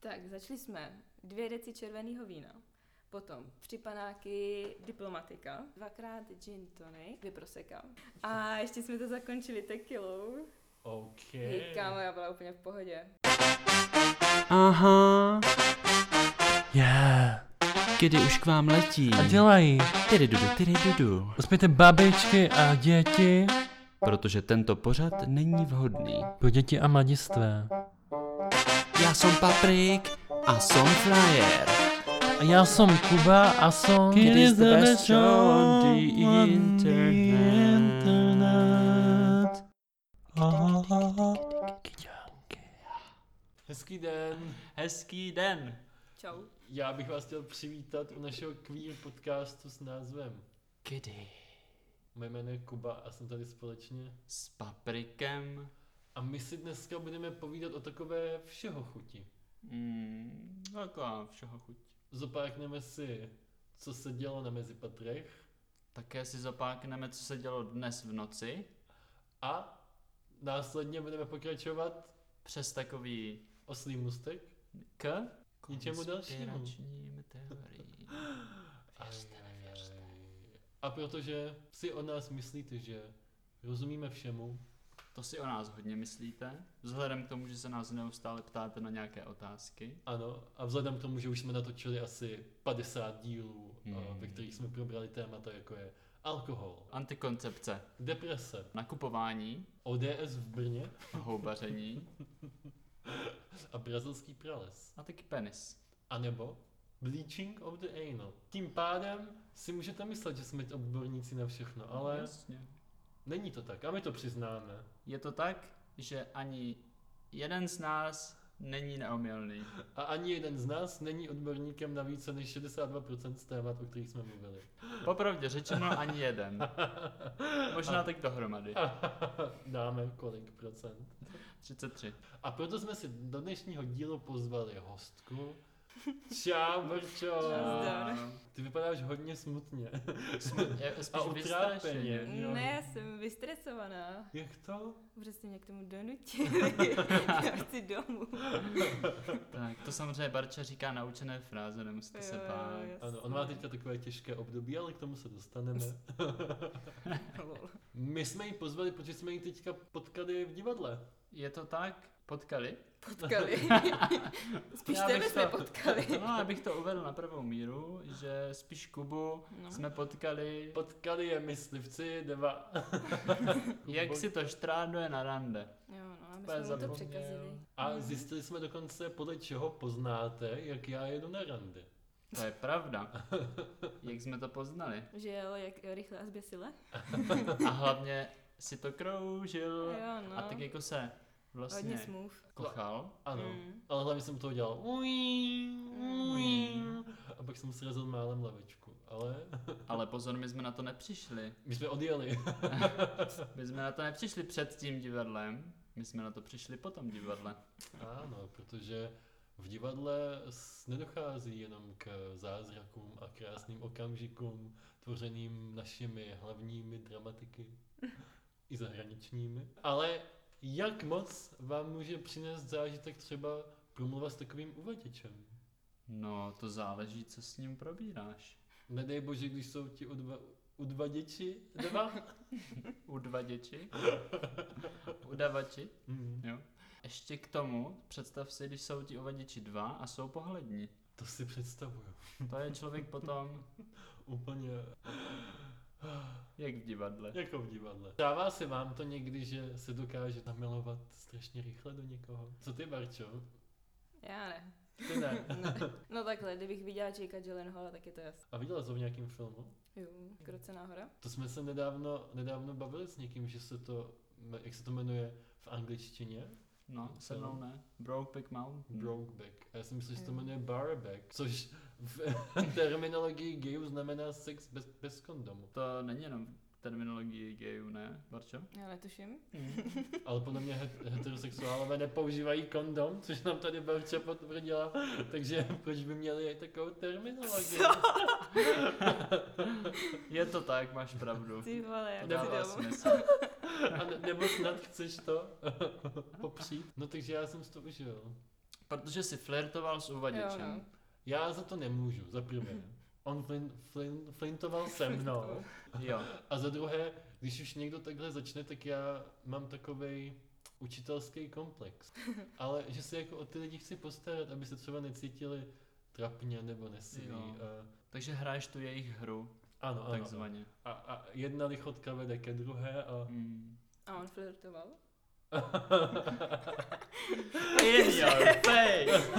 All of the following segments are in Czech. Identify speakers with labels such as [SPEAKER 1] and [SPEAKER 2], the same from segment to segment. [SPEAKER 1] Tak, začali jsme dvě deci červeného vína, potom tři panáky diplomatika, dvakrát gin tonic, dvě proseka. A ještě jsme to zakončili tekilou.
[SPEAKER 2] OK.
[SPEAKER 1] Hej, kámo, já byla úplně v pohodě.
[SPEAKER 2] Aha.
[SPEAKER 3] Yeah.
[SPEAKER 2] Kdy už k vám letí.
[SPEAKER 3] A dělají.
[SPEAKER 2] Tyry dudu, tyry dudu.
[SPEAKER 3] Uspějte babičky a děti.
[SPEAKER 2] Protože tento pořad není vhodný.
[SPEAKER 3] Pro děti a mladistvé.
[SPEAKER 2] Já jsem Paprik a jsem Flyer.
[SPEAKER 3] A já jsem Kuba a jsem...
[SPEAKER 2] It is the best show on the internet.
[SPEAKER 3] Hezký den.
[SPEAKER 2] Hezký den.
[SPEAKER 1] Čau.
[SPEAKER 3] Já bych vás chtěl přivítat u našeho queer podcastu s názvem
[SPEAKER 2] Kdy
[SPEAKER 3] Moje jméno je Kuba a jsem tady společně.
[SPEAKER 2] s Paprikem
[SPEAKER 3] A my si dneska budeme povídat o takové všeho chuti.
[SPEAKER 2] Mm, taková všeho chuť.
[SPEAKER 3] Zopákneme si, co se dělo na mezipatrech
[SPEAKER 2] Také si zopákneme, co se dělo dnes v noci.
[SPEAKER 3] a následně budeme pokračovat
[SPEAKER 2] Přes takový
[SPEAKER 3] oslý mustek.
[SPEAKER 2] k
[SPEAKER 3] Ničemu dalšímu.
[SPEAKER 2] konspiračním teoriím. Věřte, nevěřte.
[SPEAKER 3] A protože si o nás myslíte, že rozumíme všemu,
[SPEAKER 2] To si o nás hodně myslíte, vzhledem k tomu, že se nás neustále ptáte na nějaké otázky.
[SPEAKER 3] ano, a vzhledem k tomu, že už jsme natočili asi 50 dílů, a ve kterých jsme probrali témata, jako je alkohol,
[SPEAKER 2] Antikoncepce,
[SPEAKER 3] deprese,
[SPEAKER 2] nakupování,
[SPEAKER 3] ODS v Brně
[SPEAKER 2] houbaření
[SPEAKER 3] a brazilský prales.
[SPEAKER 2] a taky penis.
[SPEAKER 3] anebo bleaching of the anal. Tím pádem si můžete myslet, že jsme odborníci na všechno, ale
[SPEAKER 2] Jasně.
[SPEAKER 3] není to tak a my to přiznáme.
[SPEAKER 2] Je to tak, že ani jeden z nás není neomylný.
[SPEAKER 3] A ani jeden z nás není odborníkem na více než 62% z témat, o kterých jsme mluvili.
[SPEAKER 2] Popravdě řečeno ani jeden. Možná tak dohromady.
[SPEAKER 3] Dáme kolik procent.
[SPEAKER 2] 33.
[SPEAKER 3] A proto jsme si do dnešního dílu pozvali hostku. Čau, Brčo!
[SPEAKER 1] Nazdar.
[SPEAKER 3] Ty vypadáš hodně smutně.
[SPEAKER 2] Je,
[SPEAKER 3] A
[SPEAKER 2] spíš
[SPEAKER 3] utrápeně.
[SPEAKER 2] vystrašeně.
[SPEAKER 3] Jo.
[SPEAKER 1] Ne, já jsem vystresovaná.
[SPEAKER 3] Jak to?
[SPEAKER 1] Protože jste mě k tomu donutili. já chci domů.
[SPEAKER 2] Tak, to samozřejmě Barča říká naučené fráze, nemusíte se
[SPEAKER 1] Jo, jo,
[SPEAKER 2] bát.
[SPEAKER 1] jasně.
[SPEAKER 3] Ano, on má teďka takové těžké období, ale k tomu se dostaneme.
[SPEAKER 1] Lol.
[SPEAKER 3] My jsme ji pozvali, protože jsme ji teďka potkali v divadle.
[SPEAKER 2] Je to tak? Potkali?
[SPEAKER 1] Potkali. Spíš
[SPEAKER 2] Já
[SPEAKER 1] tebe
[SPEAKER 2] bych
[SPEAKER 1] jsme
[SPEAKER 2] to-
[SPEAKER 1] potkali.
[SPEAKER 2] No, abych to uvedl na prvou míru, že spíš Kubu
[SPEAKER 1] No.
[SPEAKER 2] jsme potkali,
[SPEAKER 3] Potkali je myslivci dva.
[SPEAKER 2] jak si to štráduje na rande.
[SPEAKER 1] Jo, no, a my
[SPEAKER 2] Úplně
[SPEAKER 1] jsme mu to
[SPEAKER 2] zapomněl.
[SPEAKER 1] překazili. Mhm.
[SPEAKER 3] A zjistili jsme dokonce, podle čeho poznáte, jak já jedu na randy.
[SPEAKER 2] To je pravda. Jak jsme to poznali.
[SPEAKER 1] Že jel jak rychle a zběsile.
[SPEAKER 2] A hlavně si to kroužil
[SPEAKER 1] Jo, no.
[SPEAKER 2] a tak jako se
[SPEAKER 1] Hodně
[SPEAKER 2] vlastně
[SPEAKER 1] smluv.
[SPEAKER 2] kochal.
[SPEAKER 3] Ano,
[SPEAKER 1] Mm.
[SPEAKER 3] ale hlavně jsem to dělal. Uí,
[SPEAKER 1] Mhm.
[SPEAKER 3] uí. A pak jsem srazil málem lavičku, ale
[SPEAKER 2] Ale pozor, my jsme na to nepřišli.
[SPEAKER 3] my jsme odjeli.
[SPEAKER 2] My jsme na to nepřišli před tím divadlem, my jsme na to přišli po tom divadle.
[SPEAKER 3] Ano, protože v divadle s- nedochází jenom k zázrakům a krásným okamžikům tvořeným našimi hlavními dramatiky i zahraničními, ale jak moc vám může přinést zážitek třeba promluva s takovým uvaděčem?
[SPEAKER 2] No, to záleží, co s ním probíráš.
[SPEAKER 3] Nedej bože, když jsou ti udva, udvaděči dva.
[SPEAKER 2] Udvaděči? Udavači?
[SPEAKER 3] Hmm,
[SPEAKER 2] Jo. Ještě k tomu, představ si, když jsou ti uvaděči dva a jsou pohlední.
[SPEAKER 3] to si představuju.
[SPEAKER 2] To je člověk potom,
[SPEAKER 3] Úplně
[SPEAKER 2] jak v divadle.
[SPEAKER 3] jako v divadle. Stává se vám to někdy, že se dokáže namilovat strašně rychle do někoho? Co ty, Barčo?
[SPEAKER 1] Já ne.
[SPEAKER 3] Ty ne.
[SPEAKER 1] No takhle, kdybych viděla Jakea Gyllenhaala, tak je to jasné.
[SPEAKER 3] A viděla jsi to v nějakém filmu?
[SPEAKER 1] Jo, krocená hora.
[SPEAKER 3] To jsme se nedávno, nedávno bavili s někým, že se to, jak se to jmenuje v angličtině?
[SPEAKER 2] No, se mnou ne. Brokeback Mountain.
[SPEAKER 3] Brokeback. A já si myslím, že se to jmenuje Barback, což v terminologii gayů znamená sex bez, bez kondomu.
[SPEAKER 2] To není jenom v terminologii gayů, ne, Barčo?
[SPEAKER 1] Já netuším.
[SPEAKER 3] Ale podle mě het- heterosexuálové nepoužívají kondom, což nám tady Barča potvrdila, takže proč by měli takovou terminologii?
[SPEAKER 2] Je to tak, máš pravdu.
[SPEAKER 1] Ty vole,
[SPEAKER 2] To
[SPEAKER 1] jak
[SPEAKER 2] dává
[SPEAKER 1] si domů.
[SPEAKER 2] smysl.
[SPEAKER 3] A ne, nebo snad chceš to popřít? No takže já jsem si to užil.
[SPEAKER 2] Protože jsi flirtoval s uvaděčem.
[SPEAKER 1] Jo, no.
[SPEAKER 3] Já za to nemůžu, za prvé. On flin, flin, flintoval se mnou.
[SPEAKER 2] Jo.
[SPEAKER 3] A za druhé, když už někdo takhle začne, tak já mám takový učitelský komplex. Ale že se jako o ty lidi chci postarat, aby se třeba necítili trapně nebo nesilí.
[SPEAKER 2] Jo.
[SPEAKER 3] A-
[SPEAKER 2] Takže hraješ tu jejich hru,
[SPEAKER 3] Ano, ano.
[SPEAKER 2] takzvaně.
[SPEAKER 3] A, a jedna lichotka vede ke druhé a...
[SPEAKER 2] Hmm.
[SPEAKER 1] A on flirtoval.
[SPEAKER 2] In your face!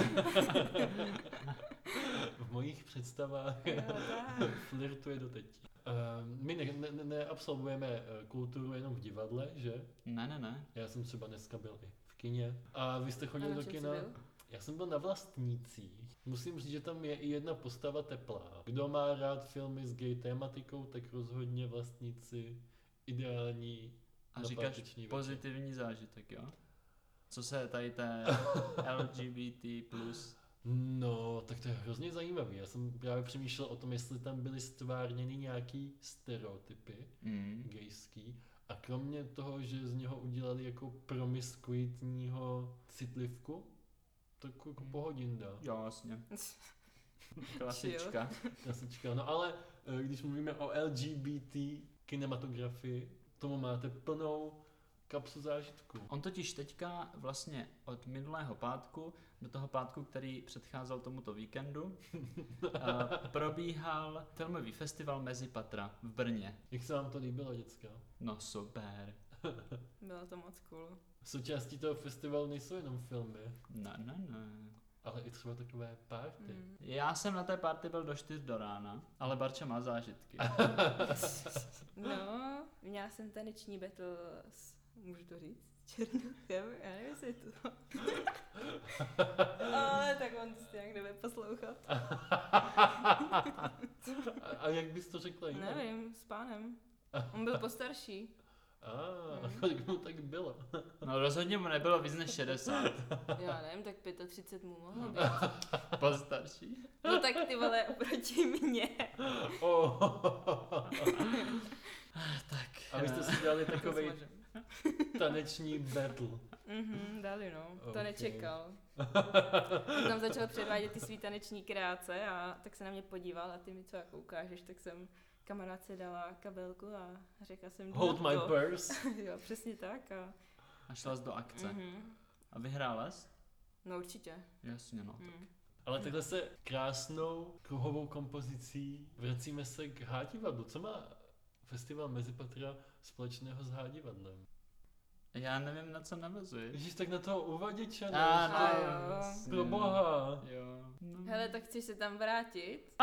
[SPEAKER 3] v mojich představách
[SPEAKER 1] Jo, tak.
[SPEAKER 3] flirtuje doteď. Ehm, My ne- ne- ne- neabsolvujeme eh, kulturu jenom v divadle, že?
[SPEAKER 2] Ne, ne, ne.
[SPEAKER 3] Já jsem třeba dneska byl i v kině. A vy jste
[SPEAKER 1] A
[SPEAKER 3] chodili
[SPEAKER 1] na
[SPEAKER 3] do
[SPEAKER 1] čem jsi
[SPEAKER 3] kina?
[SPEAKER 1] byl?
[SPEAKER 3] Já jsem byl na vlastnících. Musím říct, že tam je i jedna postava teplá. Kdo má rád filmy s gay tématikou, tak rozhodně vlastníci ideální
[SPEAKER 2] A
[SPEAKER 3] na
[SPEAKER 2] říkáš
[SPEAKER 3] páteční večer.
[SPEAKER 2] pozitivní zážitek, jo? Co se tady té LGBT plus...
[SPEAKER 3] No, tak to je hrozně zajímavý. Já jsem právě přemýšlel o tom, jestli tam byly stvárněny nějaký stereotypy Hmm.
[SPEAKER 2] Mm.
[SPEAKER 3] gejský. A kromě toho, že z něho udělali jako promiskuitního citlivku, tak jako
[SPEAKER 2] Hmm.
[SPEAKER 3] pohodinda.
[SPEAKER 2] Jo, jasně. Klasička.
[SPEAKER 3] Klasička. No ale eh, když mluvíme o LGBT kinematografii, tomu máte plnou kapsu zážitku.
[SPEAKER 2] On totiž teďka vlastně od minulého pátku do toho pátku, který předcházel tomuto víkendu, eh, probíhal filmový festival Mezi patra v Brně.
[SPEAKER 3] Jak se vám to líbilo, děcka?
[SPEAKER 2] No super.
[SPEAKER 1] Bylo to moc cool.
[SPEAKER 3] Součástí toho festivalu nejsou jenom filmy,
[SPEAKER 2] Ne, ne, ne.
[SPEAKER 3] ale i třeba takové party.
[SPEAKER 1] Mm.
[SPEAKER 2] Já jsem na té party byl do 4 do rána, ale Barča má zážitky.
[SPEAKER 1] No, měla jsem taneční battle s, můžu to říct, Černochem, já nevím, jestli je to. Ale tak on to nějak nebude poslouchat.
[SPEAKER 3] A, a jak bys to řekla jinak?
[SPEAKER 1] Nevím, s pánem. On byl postarší.
[SPEAKER 3] A,
[SPEAKER 1] Hmm.
[SPEAKER 3] kolik mu tak bylo?
[SPEAKER 2] No rozhodně mu nebylo víc než 60,
[SPEAKER 1] Já nevím, tak 35 mu mohlo
[SPEAKER 3] No.
[SPEAKER 1] být.
[SPEAKER 2] postarší.
[SPEAKER 1] No tak ty vole, oproti mně.
[SPEAKER 3] Oh.
[SPEAKER 2] Tak.
[SPEAKER 3] A vy jste
[SPEAKER 2] eh,
[SPEAKER 3] si dali takový
[SPEAKER 1] Zmažem.
[SPEAKER 3] taneční battle.
[SPEAKER 1] Mhm, dali no, to
[SPEAKER 3] Ok.
[SPEAKER 1] nečekal. On tam začal předvádět ty svý taneční kráce a tak se na mě podíval a ty mi co jako ukážeš, tak jsem kamarádce dala kabelku a řekla jsem jdu
[SPEAKER 3] Hold
[SPEAKER 1] na
[SPEAKER 3] my
[SPEAKER 1] to.
[SPEAKER 3] purse.
[SPEAKER 1] jo, přesně tak a
[SPEAKER 2] A šla jsi do akce.
[SPEAKER 1] mhm.
[SPEAKER 2] A vyhrála jsi?
[SPEAKER 1] No určitě.
[SPEAKER 2] Jasně no.
[SPEAKER 1] Mm.
[SPEAKER 3] Ale takhle se krásnou kruhovou kompozicí vracíme se k hádivadlu. Co má festival Mezipatra společného s hádivadlem?
[SPEAKER 2] Já nevím, na co navazuješ.
[SPEAKER 3] Ježíš, tak na toho uvaděče, ne?
[SPEAKER 2] A,
[SPEAKER 3] Ještě.
[SPEAKER 1] no.
[SPEAKER 2] no,
[SPEAKER 1] jo.
[SPEAKER 2] jasně.
[SPEAKER 3] Pro boha.
[SPEAKER 2] Jo. No.
[SPEAKER 1] Hele, tak chceš se tam vrátit?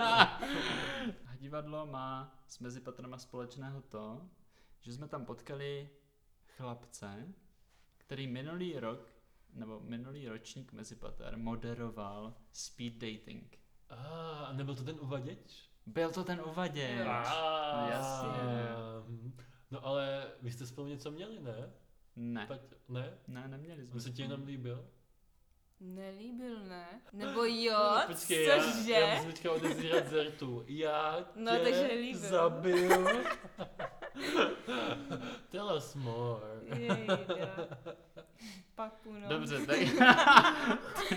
[SPEAKER 2] A divadlo má s Mezipatrama společného to, že jsme tam potkali chlapce, který minulý rok, nebo minulý ročník Mezipater moderoval speed dating.
[SPEAKER 3] A, a nebyl to ten uvaděč?
[SPEAKER 2] Byl to ten uvaděč.
[SPEAKER 1] Jo.
[SPEAKER 3] A,
[SPEAKER 2] jasně.
[SPEAKER 3] No ale vy jste spolu něco měli, ne?
[SPEAKER 2] Ne,
[SPEAKER 3] Pať, ne?
[SPEAKER 2] ne, neměli jsme.
[SPEAKER 3] On se ti jenom líbil?
[SPEAKER 1] Nelíbil, ne? Nebo jo?
[SPEAKER 3] Počkej,
[SPEAKER 1] Cože?
[SPEAKER 3] já, já musím teďka odezírat zertu. Já tě
[SPEAKER 1] No, takže líbil.
[SPEAKER 3] zabiju. Tell us more.
[SPEAKER 1] Jejda. Papu, no.
[SPEAKER 2] Dobře, tak...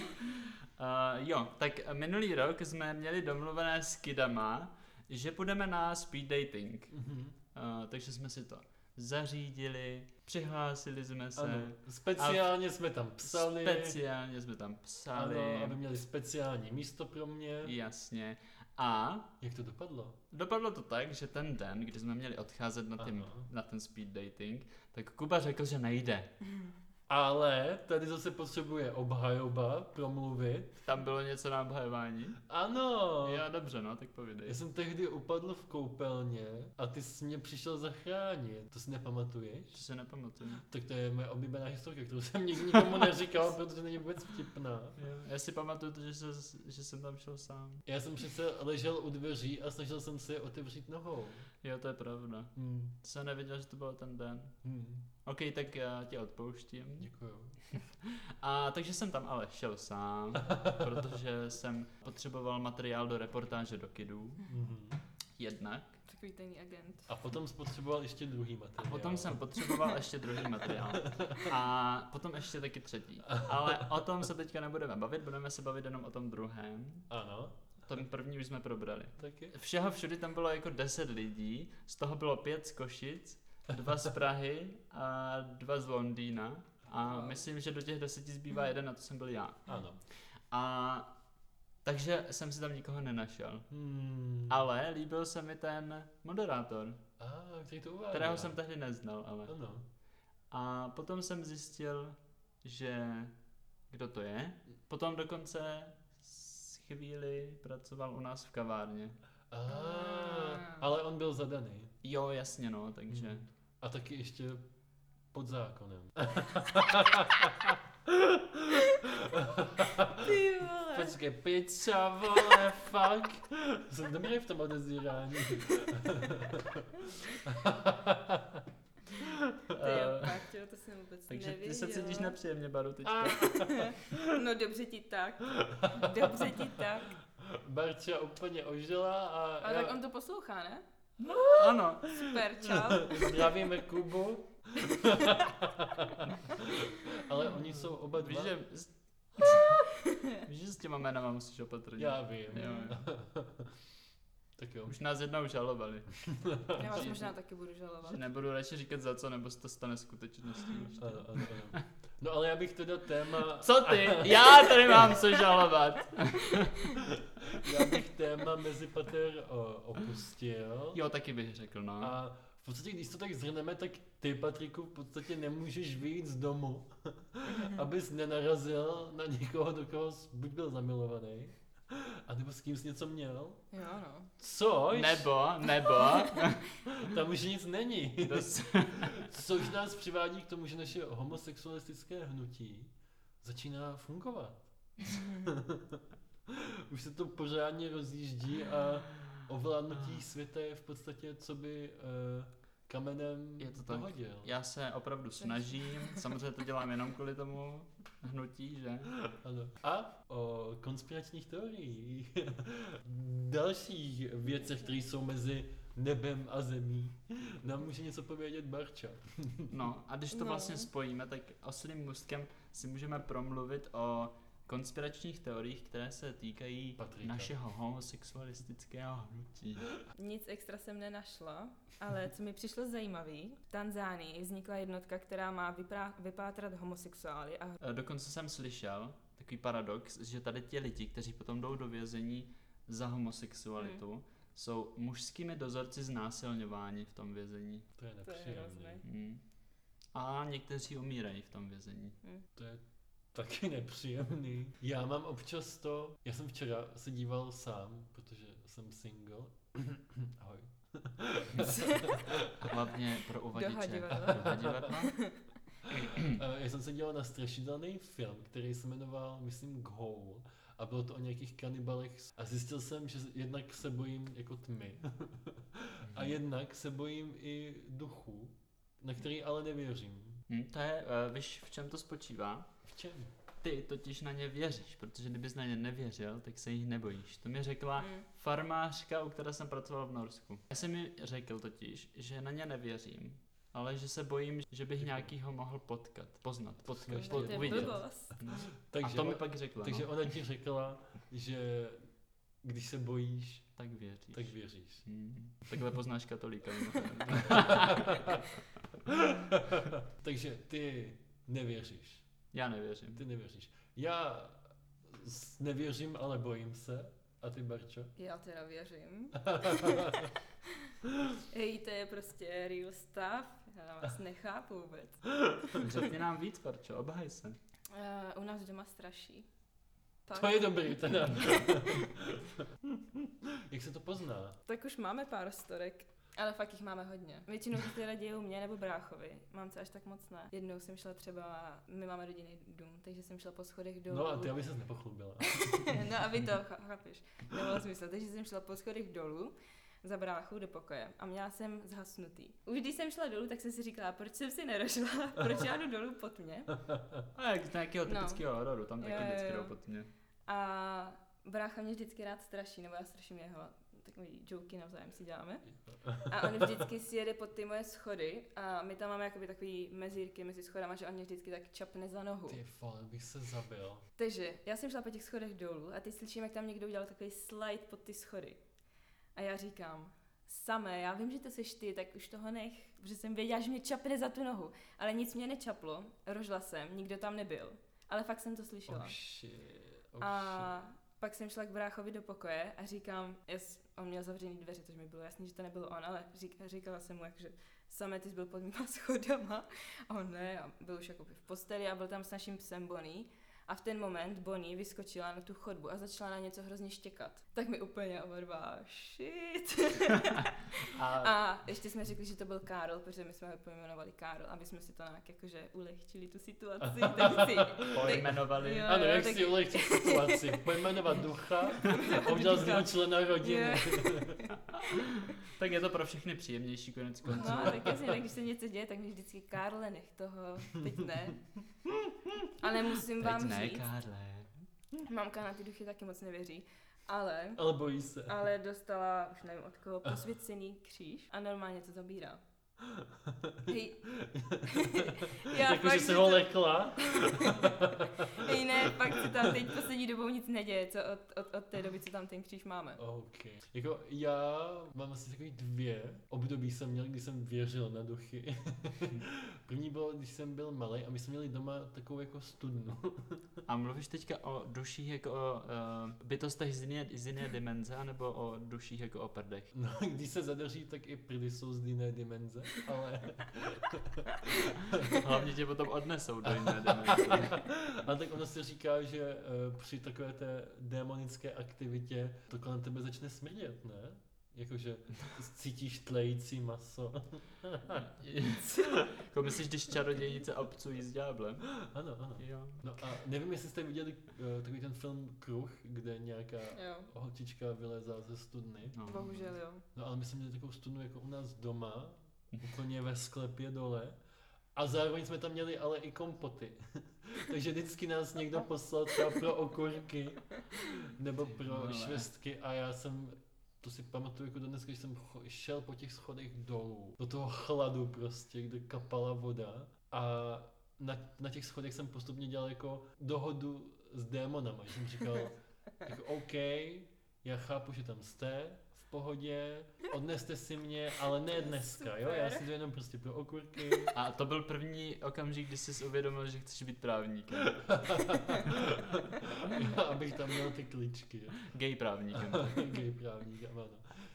[SPEAKER 2] uh, jo, tak minulý rok jsme měli domluvené s kidama, že půjdeme na speed dating.
[SPEAKER 3] Mhm.
[SPEAKER 2] Uh, takže jsme si to zařídili, přihlásili jsme se,
[SPEAKER 3] Ano, speciálně jsme tam psali,
[SPEAKER 2] speciálně jsme tam psali,
[SPEAKER 3] ano, aby měli speciální místo pro mě.
[SPEAKER 2] jasně. A
[SPEAKER 3] Jak to dopadlo?
[SPEAKER 2] dopadlo to tak, že ten den, kdy jsme měli odcházet na, tím,
[SPEAKER 3] Ano.
[SPEAKER 2] na ten speed dating, tak Kuba řekl, že nejde.
[SPEAKER 3] Ale tady zase potřebuje obhajoba promluvit.
[SPEAKER 2] Tam bylo něco na obhajování.
[SPEAKER 3] Ano,
[SPEAKER 2] Jo, dobře, no, tak povídej.
[SPEAKER 3] já jsem tehdy upadl v koupelně a ty jsi mě přišel zachránit. To si nepamatuješ?
[SPEAKER 2] To si nepamatuju.
[SPEAKER 3] Tak to je moje oblíbená historka, kterou jsem nikdy nikomu neříkal, protože není vůbec vtipná.
[SPEAKER 2] Já si pamatuju, to, že, se, že jsem tam šel sám.
[SPEAKER 3] Já jsem přece ležel u dveří a snažil jsem se je otevřít nohou.
[SPEAKER 2] Jo, to je pravda.
[SPEAKER 3] Hmm.
[SPEAKER 2] To jsem nevěděl, že to byl ten den.
[SPEAKER 3] Hmm.
[SPEAKER 2] OK, tak já tě odpouštím.
[SPEAKER 3] Děkuju.
[SPEAKER 2] A takže jsem tam ale šel sám, protože jsem potřeboval materiál do reportáže do Kidů.
[SPEAKER 3] Mhm.
[SPEAKER 2] Jednak.
[SPEAKER 1] Tak Takový agent.
[SPEAKER 3] A potom spotřeboval ještě druhý materiál.
[SPEAKER 2] Potom jsem potřeboval ještě druhý materiál. A potom ještě taky třetí. Ale o tom se teďka nebudeme bavit, budeme se bavit jenom o tom druhém.
[SPEAKER 3] Ano,
[SPEAKER 2] Ten první už jsme probrali.
[SPEAKER 3] taky.
[SPEAKER 2] Všeho všudy tam bylo jako 10 lidí, z toho bylo pět z Košic, dva z Prahy a dva z Londýna. A myslím, že do těch deseti zbývá jeden, a to jsem byl já.
[SPEAKER 3] Ano.
[SPEAKER 2] A takže jsem si tam nikoho nenašel.
[SPEAKER 3] Hmm.
[SPEAKER 2] Ale líbil se mi ten moderátor,
[SPEAKER 3] A, který to uvádí.
[SPEAKER 2] kterého jsem tehdy neznal, ale.
[SPEAKER 3] Ano.
[SPEAKER 2] A potom jsem zjistil, že kdo to je. Potom dokonce s chvíli pracoval u nás v kavárně.
[SPEAKER 3] A,
[SPEAKER 1] Ah.
[SPEAKER 3] ale on byl zadaný.
[SPEAKER 2] Jo, jasně no, takže...
[SPEAKER 3] Mhm. A taky ještě pod zákonem.
[SPEAKER 1] Ty vole.
[SPEAKER 3] Počkej, pizza, vole, fuck. Jsem dobrý v tom odezírání.
[SPEAKER 1] Ty jo, Paťo, to jsem vůbec
[SPEAKER 2] eh, Takže ty se
[SPEAKER 1] nevěděla.
[SPEAKER 2] cítíš nepříjemně, Baru, teď.
[SPEAKER 1] Ah.
[SPEAKER 3] A,
[SPEAKER 1] No dobře ti tak. Dobře ti tak.
[SPEAKER 3] Barča úplně ožila a,
[SPEAKER 1] A tak on to poslouchá, ne?
[SPEAKER 2] Ano,
[SPEAKER 1] Super, čau.
[SPEAKER 3] zdravíme Kubu. ale oni jsou oba
[SPEAKER 2] víš,
[SPEAKER 3] dva.
[SPEAKER 2] že... Víš, že s těma jménama musíš opatrně.
[SPEAKER 3] Já vím.
[SPEAKER 2] Jo, jo.
[SPEAKER 3] Tak jo.
[SPEAKER 2] Už nás jednou žalovali.
[SPEAKER 1] Já vás možná taky budu žalovat.
[SPEAKER 2] Že nebudu radši říkat za co, nebo se to stane skutečností. ještě.
[SPEAKER 3] Ano, ano, ano. No ale já bych teda téma...
[SPEAKER 2] Co ty? Já tady mám co žalovat.
[SPEAKER 3] Já bych téma Mezipater o, opustil.
[SPEAKER 2] Jo, taky bych řekl, no.
[SPEAKER 3] A v podstatě, když to tak zhrneme, tak ty, Patriku, v podstatě nemůžeš vyjít z domu, abys nenarazil na někoho, do koho jsi buď byl zamilovaný, anebo s kým jsi něco měl.
[SPEAKER 1] Jo, no.
[SPEAKER 3] Což?
[SPEAKER 2] Nebo, nebo,
[SPEAKER 3] Tam už nic není.
[SPEAKER 2] dos,
[SPEAKER 3] Což nás přivádí k tomu, že naše homosexualistické hnutí začíná fungovat. Už se to pořádně rozjíždí a
[SPEAKER 2] Ah.
[SPEAKER 3] ovládnutí světa je v podstatě co by eh, kamenem
[SPEAKER 2] Je to tak.
[SPEAKER 3] dohodil.
[SPEAKER 2] já se opravdu snažím, samozřejmě to dělám jenom kvůli tomu hnutí, že?
[SPEAKER 3] Ano. A o konspiračních teoriích. Dalších věcech, které jsou mezi nebem a zemí, nám může něco povědět Barča.
[SPEAKER 2] No a když to
[SPEAKER 1] No.
[SPEAKER 2] vlastně spojíme, tak oslým můstkem si můžeme promluvit o konspiračních teoriích, které se týkají
[SPEAKER 3] Patrika.
[SPEAKER 2] našeho homosexualistického hnutí.
[SPEAKER 1] Nic extra jsem nenašla, ale co mi přišlo zajímavý, v Tanzánii vznikla jednotka, která má vyprá- vypátrat homosexuály a
[SPEAKER 2] E, Dokonce jsem slyšel takový paradox, že tady ti lidi, kteří potom jdou do vězení za homosexualitu, jsou mužskými dozorci znásilňování v tom vězení.
[SPEAKER 3] To je
[SPEAKER 1] To je
[SPEAKER 3] nepříjemné.
[SPEAKER 1] hrozný.
[SPEAKER 2] Hmm. A někteří umírají v tom vězení.
[SPEAKER 3] To je taky nepříjemný. Já mám občas to, já jsem včera se díval sám, protože jsem single. Ahoj.
[SPEAKER 2] A hlavně pro
[SPEAKER 1] Do
[SPEAKER 2] uvaděče.
[SPEAKER 1] divadla.
[SPEAKER 2] Do divadla.
[SPEAKER 3] Eh, Já jsem se díval na strašidelný film, který se jmenoval, myslím, Goal. A bylo to o nějakých kanibalech. A zjistil jsem, že jednak se bojím jako tmy. A
[SPEAKER 2] Mhm.
[SPEAKER 3] jednak se bojím i duchů, na který ale nevěřím.
[SPEAKER 2] Hm, to je, uh, víš, v čem to spočívá?
[SPEAKER 3] V čem?
[SPEAKER 2] Ty totiž na ně věříš, protože kdybys na ně nevěřil, tak se jich nebojíš. To mi řekla
[SPEAKER 1] Mm.
[SPEAKER 2] farmářka, u které jsem pracoval v Norsku. Já jsem mi řekl totiž, že na ně nevěřím, ale že se bojím, že bych nějakýho mohl potkat, poznat, potkat,
[SPEAKER 3] ještě
[SPEAKER 2] po,
[SPEAKER 1] to je
[SPEAKER 2] uvidět.
[SPEAKER 1] blbost.
[SPEAKER 2] No. A
[SPEAKER 3] Takže,
[SPEAKER 2] to mi pak řekla,
[SPEAKER 3] takže
[SPEAKER 2] no.
[SPEAKER 3] ona ti řekla, že když se bojíš,
[SPEAKER 2] tak věříš.
[SPEAKER 3] tak věříš.
[SPEAKER 2] Hmm. Takhle poznáš katolíka. mimochodem.
[SPEAKER 3] Takže ty nevěříš.
[SPEAKER 2] Já nevěřím.
[SPEAKER 3] Ty nevěříš. Já s- nevěřím, ale bojím se. A ty, Barčo?
[SPEAKER 1] Já teda věřím. Hej, to je prostě real stuff. Já vás nechápu vůbec.
[SPEAKER 2] Řekni nám víc, Parčo, obhaj se.
[SPEAKER 1] Uh, u nás doma straší. Pak,
[SPEAKER 3] To je dobrý, teda. Jak se to pozná?
[SPEAKER 1] Tak už máme pár storek. Ale fakt jich máme hodně. Většinou se teda dějí u mě nebo bráchovi. Mám až tak moc ne. Jednou jsem šla třeba, my máme rodinný dům, takže jsem šla po schodech dolů.
[SPEAKER 3] No a ty, aby ses nepochlubila.
[SPEAKER 1] no a vy to ch- chápeš. Nemalo smysl. Takže jsem šla po schodech dolů za bráchu do pokoje a měla jsem zhasnutý. Už když jsem šla dolů, tak jsem si říkala, proč jsem si nerošla, proč já jdu dolů po tmě.
[SPEAKER 2] A jak z nějakého
[SPEAKER 1] No.
[SPEAKER 2] typického hororu, tam taky
[SPEAKER 1] Jo, jo,
[SPEAKER 2] vždycky
[SPEAKER 1] jo.
[SPEAKER 2] jdou pod mě.
[SPEAKER 1] A brácha mě vždycky rád straší, nebo já straším jeho. takový joky navzájem si děláme. A on vždycky si jede pod ty moje schody a my tam máme jakoby takový mezírky mezi schodama, že on mě vždycky tak čapne za nohu.
[SPEAKER 3] Ty vole, bych se zabil.
[SPEAKER 1] Takže já jsem šla po těch schodech dolů a teď slyším, jak tam někdo udělal takový slide pod ty schody. A já říkám, samé, já vím, že to seš ty, tak už toho nech, protože jsem věděla, že mě čapne za tu nohu. Ale nic mě nečaplo, rožla jsem, nikdo tam nebyl. Ale fakt jsem to slyšela.
[SPEAKER 3] Oh shit, oh shit.
[SPEAKER 1] A pak jsem šla k bráchovi do pokoje a říkám, jas, on měl zavřený dveře, což mi bylo jasný, že to nebyl on, ale řík, říkala jsem mu, že samé ty jsi byl pod mýma schodama a on ne, a byl už jakoby v posteli a byl tam s naším psem Bonnie a v ten moment Bonnie vyskočila na tu chodbu a začala na něco hrozně štěkat. Tak mi úplně oba dva, shit.
[SPEAKER 2] A
[SPEAKER 1] a ještě jsme řekli, že to byl Karol, protože my jsme ho pojmenovali Karol, aby jsme si to nějak jakože ulehčili tu situaci. tak si,
[SPEAKER 2] pojmenovali.
[SPEAKER 1] Jo.
[SPEAKER 3] Ano, jak
[SPEAKER 1] tak-
[SPEAKER 3] si ulehčit situaci? Pojmenovat ducha a udělat z něho člena rodiny.
[SPEAKER 1] Jo.
[SPEAKER 2] Tak je to pro všechny příjemnější konec konců.
[SPEAKER 1] No, tak jasně, tak když se něco děje, tak mi vždycky Karle, nech toho, teď ne. Ale musím
[SPEAKER 2] Teď
[SPEAKER 1] vám
[SPEAKER 2] ne,
[SPEAKER 1] říct,
[SPEAKER 2] Karle.
[SPEAKER 1] mamka na ty duchy taky moc nevěří, ale,
[SPEAKER 3] Ale bojí se.
[SPEAKER 1] ale dostala, už nevím od koho, posvěcený kříž a normálně to zabírá. Hej. Já
[SPEAKER 3] Jakože
[SPEAKER 1] fakt,
[SPEAKER 3] se
[SPEAKER 1] se
[SPEAKER 3] ho
[SPEAKER 1] to,
[SPEAKER 3] lekla.
[SPEAKER 1] hej, ne, fakt se tam teď poslední dobou nic neděje, co od, od, od té doby, co tam ten kříž máme.
[SPEAKER 3] OK. Jako já mám asi takový dvě období jsem měl, když jsem věřil na duchy. První bylo, když jsem byl malý a my jsme měli doma takovou jako studnu.
[SPEAKER 2] A mluvíš teďka o duších jako o uh, bytostech z jiné, z jiné dimenze, nebo o duších jako o prdech?
[SPEAKER 3] No, když se zadaří, tak i prdy jsou z jiné dimenze, ale...
[SPEAKER 2] Hlavně tě potom odnesou do jiné dimenze.
[SPEAKER 3] A tak ono se říká, že eh, při takové té démonické aktivitě to kolem tebe začne smrdět, ne? Jakože cítíš tlející maso.
[SPEAKER 2] jako myslíš, když čarodějnice obcují s ďáblem?
[SPEAKER 3] Ano, ano.
[SPEAKER 2] Jo.
[SPEAKER 3] No a nevím, jestli jste viděli eh, takový ten film Kruh, kde nějaká
[SPEAKER 1] Jo,
[SPEAKER 3] holčička vylezá ze studny.
[SPEAKER 2] No.
[SPEAKER 1] bohužel jo.
[SPEAKER 3] No ale my jsme měli takovou studnu jako u nás doma, úplně ve sklepě dole. A zároveň jsme tam měli ale i kompoty. Takže vždycky nás někdo poslal třeba pro okurky nebo
[SPEAKER 2] Ty
[SPEAKER 3] pro
[SPEAKER 2] vole.
[SPEAKER 3] švestky a já jsem to si pamatuju jako dnes, když jsem cho- šel po těch schodech dolů, do toho chladu prostě, kde kapala voda a na, na těch schodech jsem postupně dělal jako dohodu s démonama, že jsem říkal, jako OK, já chápu, že tam jste, v pohodě, odneste si mě, ale ne dneska, jo, já
[SPEAKER 1] Super.
[SPEAKER 3] si to jenom prostě pro okurky.
[SPEAKER 2] A to byl první okamžik, kdy jsi si uvědomil, že chceš být právníkem.
[SPEAKER 3] Abych tam měl ty kličky.
[SPEAKER 2] Gay právníkem.
[SPEAKER 3] gay právník, ano.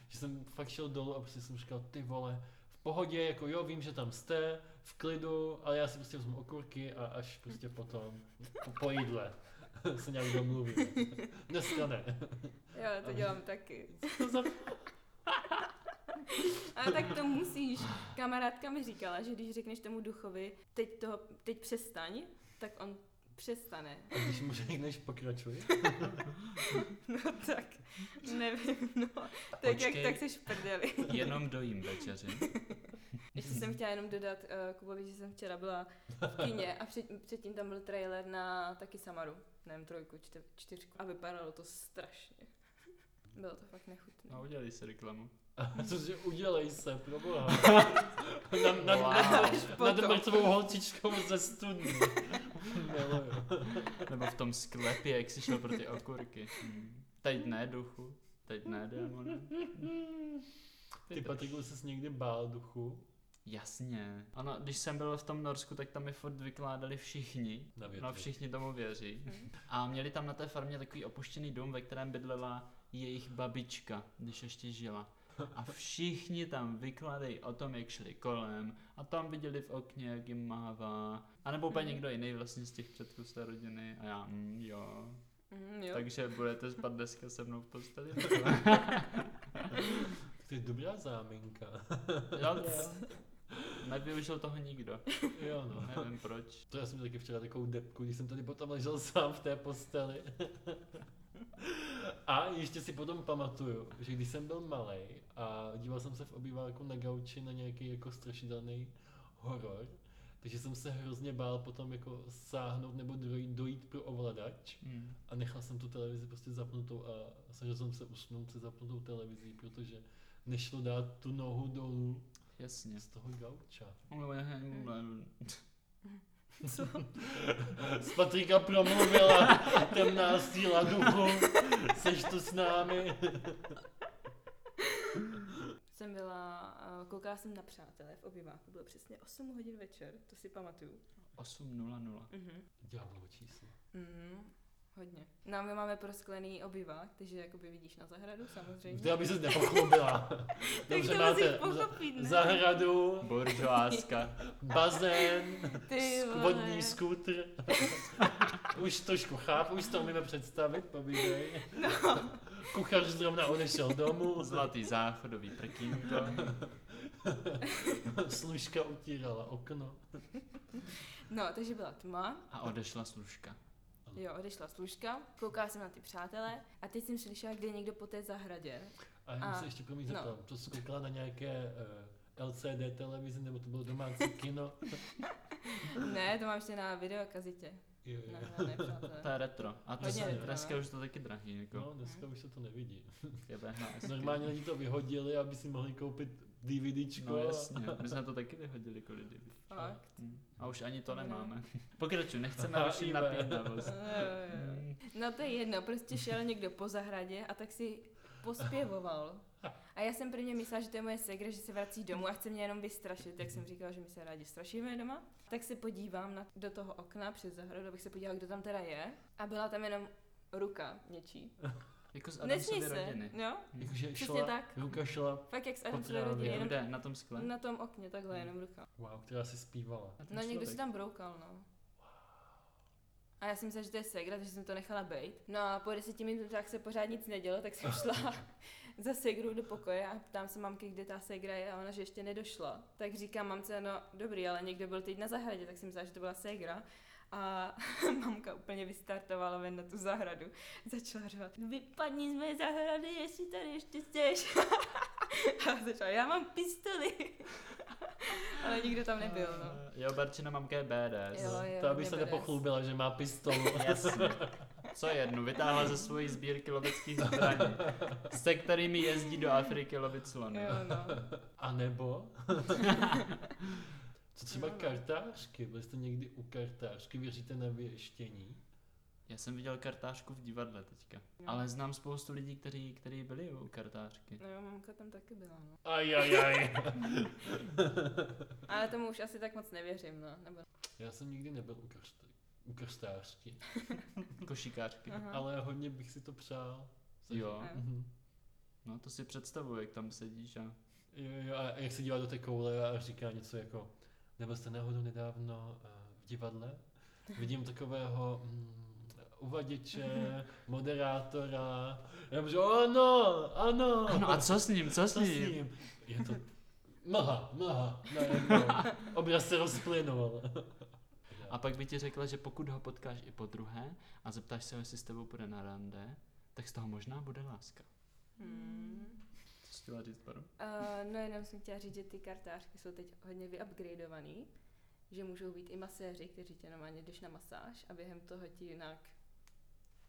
[SPEAKER 3] Že jsem fakt šel dolů a prostě jsem říkal, ty vole, v pohodě, jako jo, vím, že tam jste, v klidu, ale já si prostě vezmu okurky a až prostě potom, po, po jídle, se nějak domluvím. Dneska ne.
[SPEAKER 1] Jo, to dělám taky.
[SPEAKER 3] To za...
[SPEAKER 1] Ale tak to musíš. Kamarádka mi říkala, že když řekneš tomu duchovi, teď, to, teď přestaň, tak on přestane.
[SPEAKER 3] A když mu řekneš, pokračuj.
[SPEAKER 1] No tak, nevím, no. Tak jak
[SPEAKER 2] Počkej.
[SPEAKER 1] tak seš v prdeli.
[SPEAKER 2] Jenom dojím večeři.
[SPEAKER 1] Ještě jsem chtěla jenom dodat uh, Kubovi, že jsem včera byla v kině a před, předtím tam byl trailer na taky Samaru. Nevím, trojku, čtyř, čtyřku. A vypadalo to strašně. Bylo to fakt nechutné.
[SPEAKER 2] No, udělali si reklamu.
[SPEAKER 3] Cože, udělej se, proboha. Nad, nad,
[SPEAKER 2] Wow.
[SPEAKER 3] nad
[SPEAKER 1] Potom.
[SPEAKER 3] mrtvou holčičkou ze studny. Miluju.
[SPEAKER 2] Nebo v tom sklepě, jak jsi šel pro ty okurky. Hmm. Teď ne, duchu. Teď ne, démone.
[SPEAKER 3] Ty Patriku jsi někdy bál duchu?
[SPEAKER 2] Jasně. Ano, když jsem byl v tom Norsku, tak tam mi furt vykládali všichni.
[SPEAKER 3] Na větvi.
[SPEAKER 2] No všichni tomu věří.
[SPEAKER 1] Mhm.
[SPEAKER 2] A měli tam na té farmě takový opuštěný dům, ve kterém bydlela jejich babička, když ještě žila. A všichni tam vykládají o tom, jak šli kolem a tam viděli v okně, jak jim mává. A nebo úplně
[SPEAKER 1] Mhm.
[SPEAKER 2] někdo jiný vlastně z těch předků z té rodiny. A já, mm, jo.
[SPEAKER 1] Mm, jo.
[SPEAKER 2] Takže budete spát dneska se mnou v posteli?
[SPEAKER 3] Tak to je dobrá záminka.
[SPEAKER 2] jo, nevyužil toho nikdo.
[SPEAKER 3] jo no.
[SPEAKER 2] Nevím proč.
[SPEAKER 3] To já jsem měl taky včera takovou depku, když jsem tady potom ležel sám v té posteli. A ještě si potom pamatuju, že když jsem byl malý a díval jsem se v obýváku na gauči na nějaký jako strašidelný horor, Takže jsem se hrozně bál potom jako sáhnout nebo dojít, dojít pro ovladač
[SPEAKER 2] Mm.
[SPEAKER 3] a nechal jsem tu televizi prostě zapnutou a snažil jsem se usnout se zapnutou televizí, protože nešlo dát tu nohu dolů
[SPEAKER 2] Jasně.
[SPEAKER 3] z toho gauča.
[SPEAKER 1] Co?
[SPEAKER 3] Z Patrika promluvila temná síla duchu, seš tu s námi.
[SPEAKER 1] Jsem byla, eh, koukala jsem na přátelé v obýváku, bylo přesně 8 hodin večer, to si pamatuju.
[SPEAKER 2] 8.00.
[SPEAKER 1] Mhm.
[SPEAKER 3] Ďáblovo číslo.
[SPEAKER 1] Mhm. Hodně. No a my máme prosklený obývák, takže jakoby vidíš na zahradu samozřejmě.
[SPEAKER 3] To aby se nepochlubila.
[SPEAKER 1] tak
[SPEAKER 3] Dobře,
[SPEAKER 1] to musíš
[SPEAKER 3] máte
[SPEAKER 1] pochopit, ne?
[SPEAKER 3] zahradu,
[SPEAKER 2] Buržoáska.
[SPEAKER 3] bazén,
[SPEAKER 1] Ty
[SPEAKER 3] sk-
[SPEAKER 1] vole.
[SPEAKER 3] vodní skútr. Už trošku chápu, už to umíme představit, povídej.
[SPEAKER 1] No,
[SPEAKER 3] Kuchař zrovna odešel domů,
[SPEAKER 2] Zlatý záchodový prkínko.
[SPEAKER 3] služka utírala okno.
[SPEAKER 1] no, takže byla tma,
[SPEAKER 2] A odešla služka.
[SPEAKER 1] Jo, odešla služka, koukala jsem na ty přátele a teď jsem slyšela, kde je někdo po té zahradě.
[SPEAKER 3] A já
[SPEAKER 1] A,
[SPEAKER 3] se ještě promiň
[SPEAKER 1] no.
[SPEAKER 3] zeptám, to jsi koukala na nějaké eh, LCD televizi, nebo to bylo domácí kino?
[SPEAKER 1] Ne, to mám ještě na videokazitě.
[SPEAKER 3] Jo, jo.
[SPEAKER 1] Ne, ne, ne, přátelé.
[SPEAKER 2] To je retro. A to
[SPEAKER 3] Hodně
[SPEAKER 2] se,
[SPEAKER 1] retro,
[SPEAKER 2] dneska
[SPEAKER 1] no.
[SPEAKER 2] už to taky drahý, jako No,
[SPEAKER 3] No, dneska už se to nevidí.
[SPEAKER 2] GBHS.
[SPEAKER 3] Normálně lidi to vyhodili, aby si mohli koupit DVDčko.
[SPEAKER 2] No
[SPEAKER 3] a-
[SPEAKER 2] jasně, my jsme to taky vyhodili kvůli kdyby.
[SPEAKER 1] Fakt.
[SPEAKER 2] Hm. A už ani to
[SPEAKER 1] Ne.
[SPEAKER 2] nemáme. Pokračuj, nechceme
[SPEAKER 3] Aha,
[SPEAKER 2] rušit
[SPEAKER 3] IB.
[SPEAKER 2] napínavost.
[SPEAKER 1] Jo, jo, jo. No to je jedno, prostě šel někdo po zahradě a tak si pospěvoval. A já jsem prvně myslela, že to je moje segra, že se vrací domů a chce mě jenom vystrašit, jak jsem říkala, že my se rádi strašíme doma. Tak se podívám na, do toho okna přes zahradu, abych se podívala, kdo tam teda je. A byla tam jenom ruka něčí.
[SPEAKER 2] Jako z
[SPEAKER 1] Nesmí
[SPEAKER 2] Adamsovy
[SPEAKER 1] se,
[SPEAKER 2] rodiny.
[SPEAKER 1] no,
[SPEAKER 3] Jakože
[SPEAKER 1] Přesně
[SPEAKER 3] šla,
[SPEAKER 1] tak.
[SPEAKER 3] Ruka šla,
[SPEAKER 1] fakt jak z
[SPEAKER 3] Po
[SPEAKER 1] Adamsové
[SPEAKER 3] trávě.
[SPEAKER 1] rodiny, jenom
[SPEAKER 2] Kde? Na tom skle?
[SPEAKER 1] na tom okně, takhle jenom ruka.
[SPEAKER 3] wow, která si zpívala.
[SPEAKER 2] Na tom
[SPEAKER 1] No někdo si
[SPEAKER 2] člověk.
[SPEAKER 1] tam broukal, no. A já jsem myslela, že to je segra, takže jsem to nechala být. No a po deseti minutách se pořád nic nedělo, tak jsem šla za segrou do pokoje a ptám se mamky, kde ta segra je a ona, že ještě nedošla. Tak říkám mamce, no dobrý, ale někdo byl teď na zahradě, tak jsem myslela, že to byla segra. A mamka úplně vystartovala ven na tu zahradu. Začala řovat, vypadni z mé zahrady, jestli tady ještě jsteš. a začala, já mám pistoli. ale nikdo tam nebyl, no.
[SPEAKER 2] Jo, Barčina mamka je BDS.
[SPEAKER 1] Jo, jo,
[SPEAKER 3] to, aby se
[SPEAKER 1] nebere.
[SPEAKER 3] nepochlubila, že má pistolu.
[SPEAKER 2] Jasně. Co jednu, vytáhla ze svojí sbírky loveckých zbraní, se kterými jezdí do Afriky lovit slony.
[SPEAKER 1] Jo, no.
[SPEAKER 3] A nebo? Co třeba
[SPEAKER 1] No, no.
[SPEAKER 3] kartářky? Byli jste někdy u kartářky? Věříte na věštění?
[SPEAKER 2] Já jsem viděl kartářku v divadle teďka.
[SPEAKER 1] Jo.
[SPEAKER 2] Ale znám spoustu lidí, kteří, kteří byli u kartářky.
[SPEAKER 1] No jo, mamka tam taky byla, no.
[SPEAKER 3] Ajajaj.
[SPEAKER 1] Ale tomu už asi tak moc nevěřím, no. Nebo...
[SPEAKER 3] Já jsem nikdy nebyl u, karst- u karstářky,
[SPEAKER 2] Košíkářky.
[SPEAKER 1] Aha.
[SPEAKER 3] ale hodně bych si to přál.
[SPEAKER 2] Jo,
[SPEAKER 1] Jo.
[SPEAKER 3] Mhm.
[SPEAKER 2] no to si představuji, jak tam sedíš a...
[SPEAKER 3] Jo, jo, a jak se dívá do té koule a říká něco jako Nebyl jste náhodou nedávno eh, v divadle? Vidím takového mm, uvaděče, moderátora. Já můžu, ano, ano.
[SPEAKER 2] No a co s ním, co s
[SPEAKER 3] Co s
[SPEAKER 2] ním?
[SPEAKER 3] ním? Je to... Mlha, mlha, najednou. Obraz se rozplynoval.
[SPEAKER 2] A pak by ti řekla, že pokud ho potkáš i po druhé a zeptáš se ho, jestli s tebou bude na rande, tak z toho možná bude láska.
[SPEAKER 1] Hmm.
[SPEAKER 2] Co jsi chtěla říct, Baru?
[SPEAKER 1] Uh, no jenom jsem chtěla říct, že ty kartářky jsou teď hodně vyupgradeovaný, že můžou být i maséři, kteří tě normálně jdeš na masáž a během toho ti jinak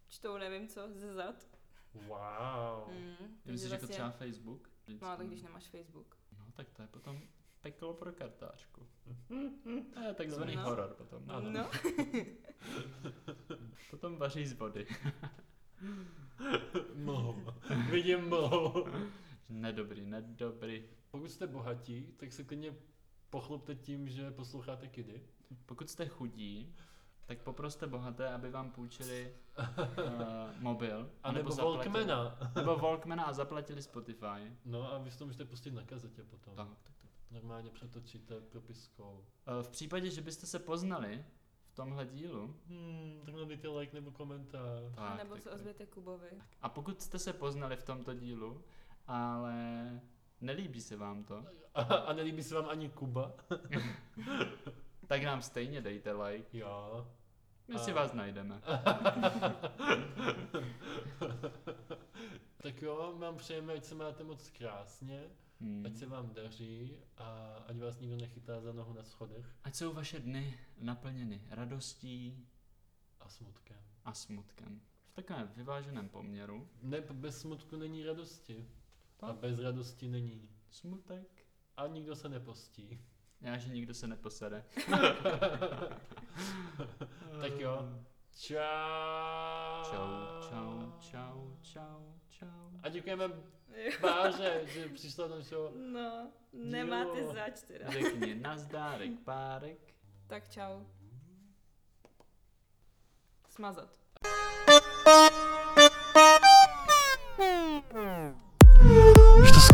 [SPEAKER 1] čtou nevím co ze zad.
[SPEAKER 3] Wow.
[SPEAKER 1] Hmm.
[SPEAKER 2] Kdyby jsi řekl třeba Facebook?
[SPEAKER 1] No ale když nemáš Facebook.
[SPEAKER 2] No tak to je potom peklo pro kartářku. To je takzvaný
[SPEAKER 1] No.
[SPEAKER 2] horor potom.
[SPEAKER 1] No.
[SPEAKER 2] Ano.
[SPEAKER 1] no.
[SPEAKER 2] Potom vaří z vody.
[SPEAKER 3] Mlhu. Vidím mlhu.
[SPEAKER 2] Nedobrý, nedobrý.
[SPEAKER 3] Pokud jste bohatí, tak se klidně pochlubte tím, že posloucháte kidy.
[SPEAKER 2] Pokud jste chudí, tak poproste bohaté, aby vám půjčili uh, mobil.
[SPEAKER 3] A nebo
[SPEAKER 2] zaplatili-
[SPEAKER 3] Volkmana.
[SPEAKER 2] Nebo Walkmana a zaplatili Spotify.
[SPEAKER 3] No a vy si to můžete pustit na kazetě potom.
[SPEAKER 2] Tak, tak, tak.
[SPEAKER 3] Normálně přetočíte propiskou.
[SPEAKER 2] Eh, V případě, že byste se poznali v tomhle dílu,
[SPEAKER 3] Hmm, tak nám dejte like nebo komentář.
[SPEAKER 1] A
[SPEAKER 2] tak,
[SPEAKER 1] nebo
[SPEAKER 2] tak,
[SPEAKER 1] se
[SPEAKER 2] tak.
[SPEAKER 1] ozvěte Kubovi.
[SPEAKER 2] A pokud jste se poznali v tomto dílu, ale nelíbí se vám to,
[SPEAKER 3] A, a nelíbí se vám ani Kuba?
[SPEAKER 2] tak nám stejně dejte like.
[SPEAKER 3] Jo.
[SPEAKER 2] My si
[SPEAKER 3] A-
[SPEAKER 2] vás najdeme.
[SPEAKER 3] tak jo, jo, vám přejeme, ať se máte moc krásně,
[SPEAKER 2] Hmm.
[SPEAKER 3] ať se vám daří a ať vás nikdo nechytá za nohu na schodech
[SPEAKER 2] Ať jsou vaše dny naplněny radostí
[SPEAKER 3] a smutkem.
[SPEAKER 2] a smutkem. V takovém vyváženém poměru.
[SPEAKER 3] Ne, bez smutku není radosti. A
[SPEAKER 2] Tak.
[SPEAKER 3] bez radosti není.
[SPEAKER 2] Smutek.
[SPEAKER 3] A nikdo se nepostí.
[SPEAKER 2] Já, že nikdo se neposede.
[SPEAKER 3] tak jo. Čau.
[SPEAKER 2] Čau, čau, čau, čau, čau.
[SPEAKER 3] A děkujeme
[SPEAKER 1] Jo.
[SPEAKER 3] Báře, že přišla na show.
[SPEAKER 1] No, nemáte
[SPEAKER 3] Jo.
[SPEAKER 1] zač teda.
[SPEAKER 2] Řekni nazdárek, párek.
[SPEAKER 1] Tak čau. Smazat.
[SPEAKER 3] Už to